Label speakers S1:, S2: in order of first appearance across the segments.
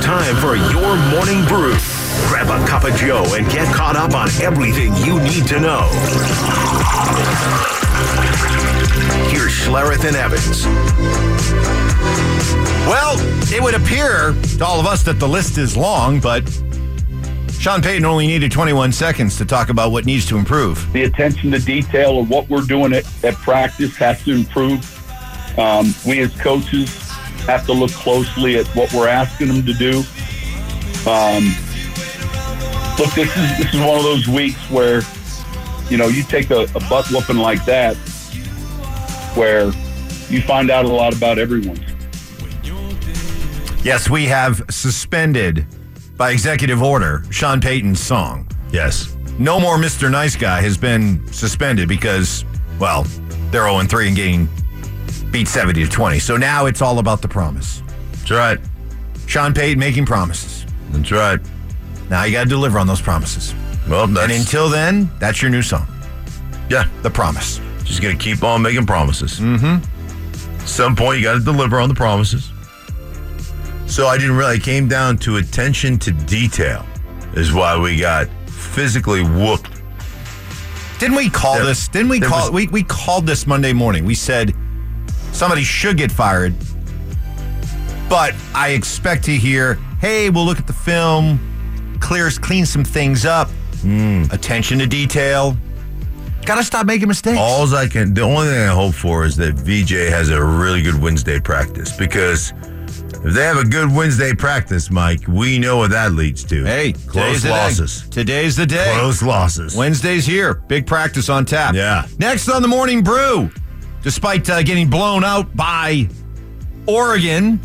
S1: time for your morning brew. Grab a cup of Joe and get caught up on everything you need to know. Here's Schlereth and Evans.
S2: Well, it would appear to all of us that the list is long, but Sean Payton only needed 21 seconds to talk about what needs to improve.
S3: the attention to detail of what we're doing at, at practice has to improve. Um, we as coaches have to look closely at what we're asking them to do. Um, look, this is this is one of those weeks where you know you take a, a butt whooping like that, where you find out a lot about everyone.
S2: Yes, we have suspended by executive order Sean Payton's song. Yes. No More Mr. Nice Guy has been suspended because, well, they're 0 3 and getting beat 70 to 20. So now it's all about the promise. That's right. Sean Payton making promises. That's right. Now you got to deliver on those promises.
S4: Well, that's,
S2: And until then, that's your new song,
S4: yeah,
S2: The Promise.
S4: just gonna keep on making promises. Mm-hmm. Some point, you got to deliver on the promises. So I didn't really. I came down to attention to detail, is why we got physically whooped.
S2: Didn't we call
S4: There-
S2: this? Didn't we
S4: there
S2: call
S4: was-
S2: we, we called this Monday morning. We said somebody should get fired. But I expect to hear, hey, we'll look at the film, clears clean some things up,
S4: Hmm.
S2: attention to detail. Gotta stop making mistakes.
S4: Alls I can, the only thing I hope for is that VJ has a really good Wednesday practice because if they have a good Wednesday practice, Mike, we know what that leads to.
S2: hey, today's
S4: close
S2: the day.
S4: losses.
S2: Today's the day.
S4: Close losses.
S2: Wednesday's here. Big practice on tap.
S4: Yeah.
S2: Next on the morning brew, despite uh, getting blown out by Oregon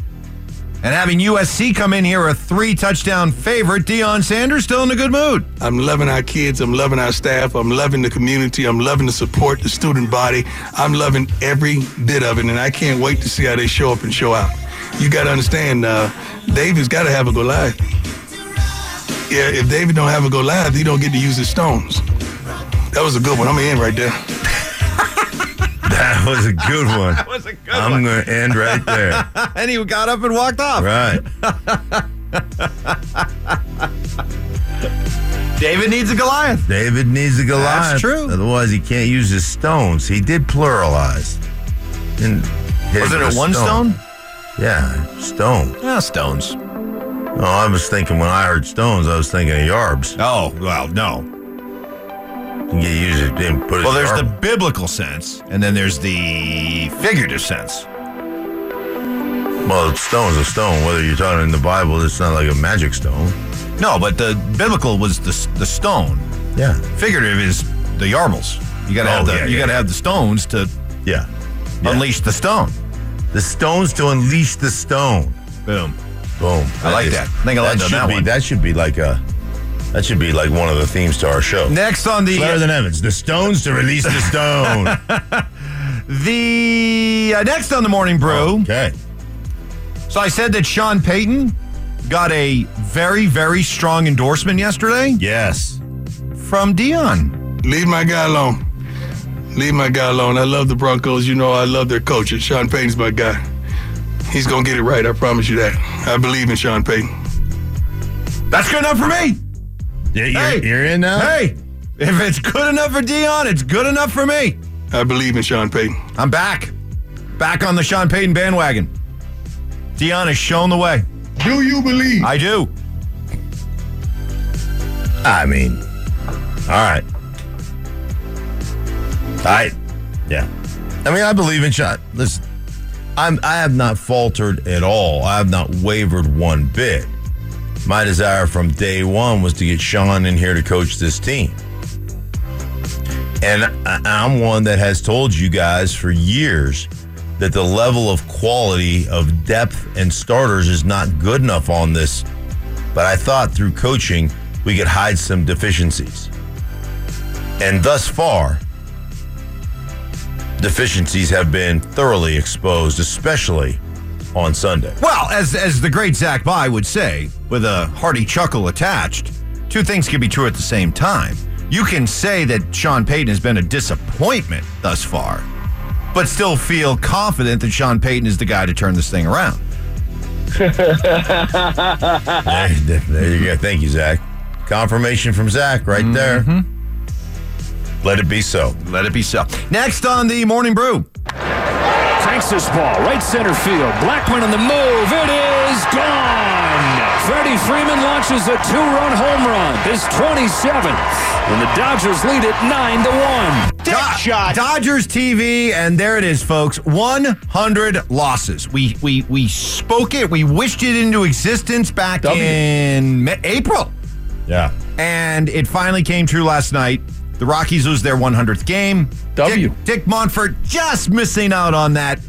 S2: and having USC come in here a three touchdown favorite, Deion Sanders still in a good mood.
S5: I'm loving our kids. I'm loving our staff. I'm loving the community. I'm loving the support, the student body. I'm loving every bit of it, and I can't wait to see how they show up and show out. You got to understand, uh, David's got to have a go live. Yeah, if David don't have a go live, he don't get to use his stones. That was a good one. I'm in right there.
S4: That was a good one. that was a good I'm one. I'm going to end right there.
S2: And he got up and walked off.
S4: right.
S2: David needs a Goliath.
S4: David needs a Goliath.
S2: That's true.
S4: Otherwise, he can't use his stones. He did pluralize. And hit
S2: Wasn't
S4: with
S2: it
S4: a
S2: one stone?
S4: Yeah, stone.
S2: Ah, stones.
S4: Oh, I was thinking when I heard stones, I was thinking of yarbs.
S2: Oh, well, no.
S4: You use it and put it.
S2: Well, there's the biblical sense, and then there's the figurative sense.
S4: well, stone's a stone. Whether you're talking in the Bible, it's not like a magic stone.
S2: No, but the biblical was the, the stone.
S4: Yeah,
S2: Figurative is the yarbles. You gotta
S4: Oh,
S2: have the
S4: yeah,
S2: you
S4: yeah,
S2: gotta
S4: yeah.
S2: have the stones to
S4: yeah. Yeah.
S2: unleash the stone.
S4: The stones to unleash the stone.
S2: Boom.
S4: Boom.
S2: I like that. I think I landed on
S4: should
S2: that
S4: be,
S2: one.
S4: That should be like a. That should be like one of the themes to our show.
S2: Next on the
S4: Better than Evans. The stones to release the stone.
S2: the uh, next on the morning brew.
S4: Oh, Okay.
S2: So I said that Sean Payton got a very very strong endorsement yesterday
S4: Yes.
S2: from Dion.
S5: Leave my guy alone. Leave my guy alone. I love the Broncos. You know I love their coach. And Sean Payton's my guy. He's gonna get it right. I promise you that. I believe in Sean Payton.
S2: That's good enough for me.
S4: Yeah, you're,
S2: Hey.
S4: you're in now?
S2: Hey, if it's good enough for Dion, it's good enough for me.
S5: I believe in Sean Payton.
S2: I'm back, back on the Sean Payton bandwagon. Dion has shown the way.
S5: Do you believe?
S2: I do.
S4: I mean, all right. I, yeah. I mean, I believe in shot. Listen, I'm, I have not faltered at all. I have not wavered one bit. My desire from day one was to get Sean in here to coach this team. And I, I'm one that has told you guys for years that the level of quality of depth and starters is not good enough on this but I thought through coaching we could hide some deficiencies. And thus far, deficiencies have been thoroughly exposed, especially on Sunday.
S2: Well, as as the great Zach By would say, with a hearty chuckle attached, two things can be true at the same time. You can say that Sean Payton has been a disappointment thus far, but still feel confident that Sean Payton is the guy to turn this thing around.
S4: There, there you go. Thank you, Zach. Confirmation from Zach right there. Let it be so.
S2: Let it be so. Next on the Morning Brew.
S6: Cranks this ball right center field. Blackman on the move. It is gone. Freddie Freeman launches a two-run home run. His 27th, and the Dodgers lead it nine to one.
S2: Do- Dodgers TV, and there it is, folks. 100 losses. We we we spoke it. We wished it into existence back
S4: W.
S2: in Ma- April,
S4: Yeah.
S2: and it finally came true last night. The Rockies lose their 100th game.
S5: W.
S2: Dick, Dick Montfort just missing out on that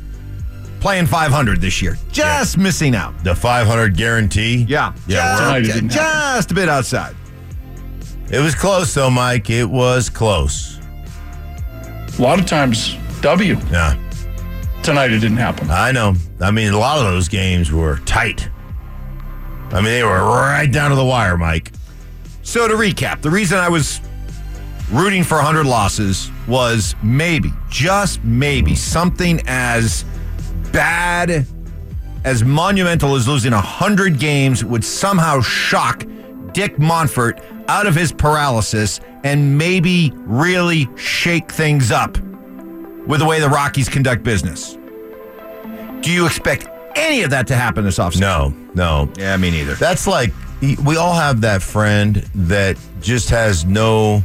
S2: playing 500 this year. Just missing out.
S4: The 500 guarantee.
S2: Yeah. Just-
S4: Yeah, we're-
S5: Tonight it didn't
S2: just a bit outside.
S4: It was close, though, Mike. It was close.
S5: A lot of times, W.
S4: Yeah.
S5: Tonight it didn't happen.
S4: I know. I mean, a lot of those games were tight. I mean, they were right down to the wire, Mike.
S2: So to recap, the reason I was rooting for 100 losses was maybe, just maybe, something as bad, as monumental as losing 100 games would somehow shock Dick Monfort out of his paralysis and maybe really shake things up with the way the Rockies conduct business. Do you expect any of that to happen this offseason?
S4: No, no.
S2: Yeah, me neither.
S4: That's like we all have that friend that just has no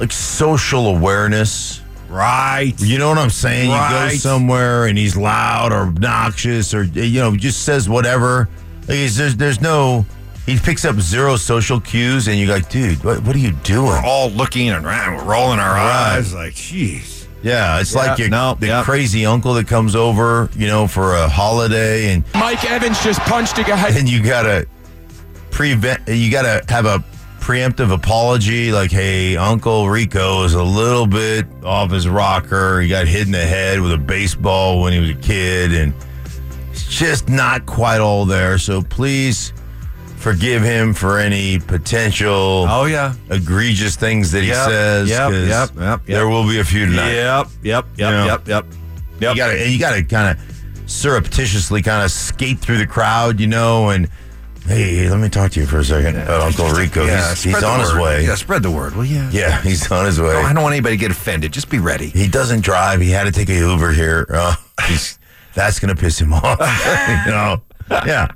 S4: like social awareness.
S2: Right.
S4: You know what I'm saying? You go
S2: Right.
S4: somewhere and he's loud or obnoxious or you know just says whatever. Like he's, there's there's no he picks up zero social cues and you're like, dude, what, what are you doing?
S2: all looking and ah, we're rolling our eyes like, jeez.
S4: Yeah, it's like your
S2: no,
S4: the
S2: yeah.
S4: crazy uncle that comes over, you know, for a holiday and
S7: Mike Evans just punched a guy.
S4: and you gotta prevent you gotta have a preemptive apology like hey uncle rico is a little bit off his rocker he got hit in the head with a baseball when he was a kid and it's just not quite all there so please forgive him for any potential
S2: yeah.
S4: egregious things that he
S2: Oh. Yep,
S4: says
S2: yep,
S4: 'cause
S2: yep, yep,
S4: there will be a few tonight
S2: Yep, yep, yep,
S4: Yeah.
S2: yep, yep.
S4: you gotta and you gotta kind of surreptitiously kind of skate through the crowd, you know, and hey, let me talk to you for a second about Uncle Rico. he's
S2: spread
S4: he's
S2: the
S4: on his
S2: word.
S4: way.
S2: Yeah, spread the word. Well, yeah.
S4: Yeah, he's on his
S2: I
S4: way.
S2: don't want anybody to get offended. Just be ready.
S4: He doesn't drive. He had to take a Uber here. Uh, he's, that's gonna piss him off. you know. Yeah.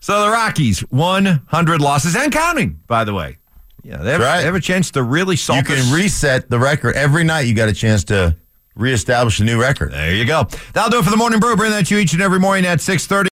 S2: So the Rockies, 100 losses and counting, by the way. Yeah, they have,
S4: That's right.
S2: they have a chance to really salt
S4: You can
S2: this-
S4: reset the record every night. You got a chance to reestablish a new record.
S2: There you go. That'll do it for the Morning Brew. Bring that to you each and every morning at 6.30.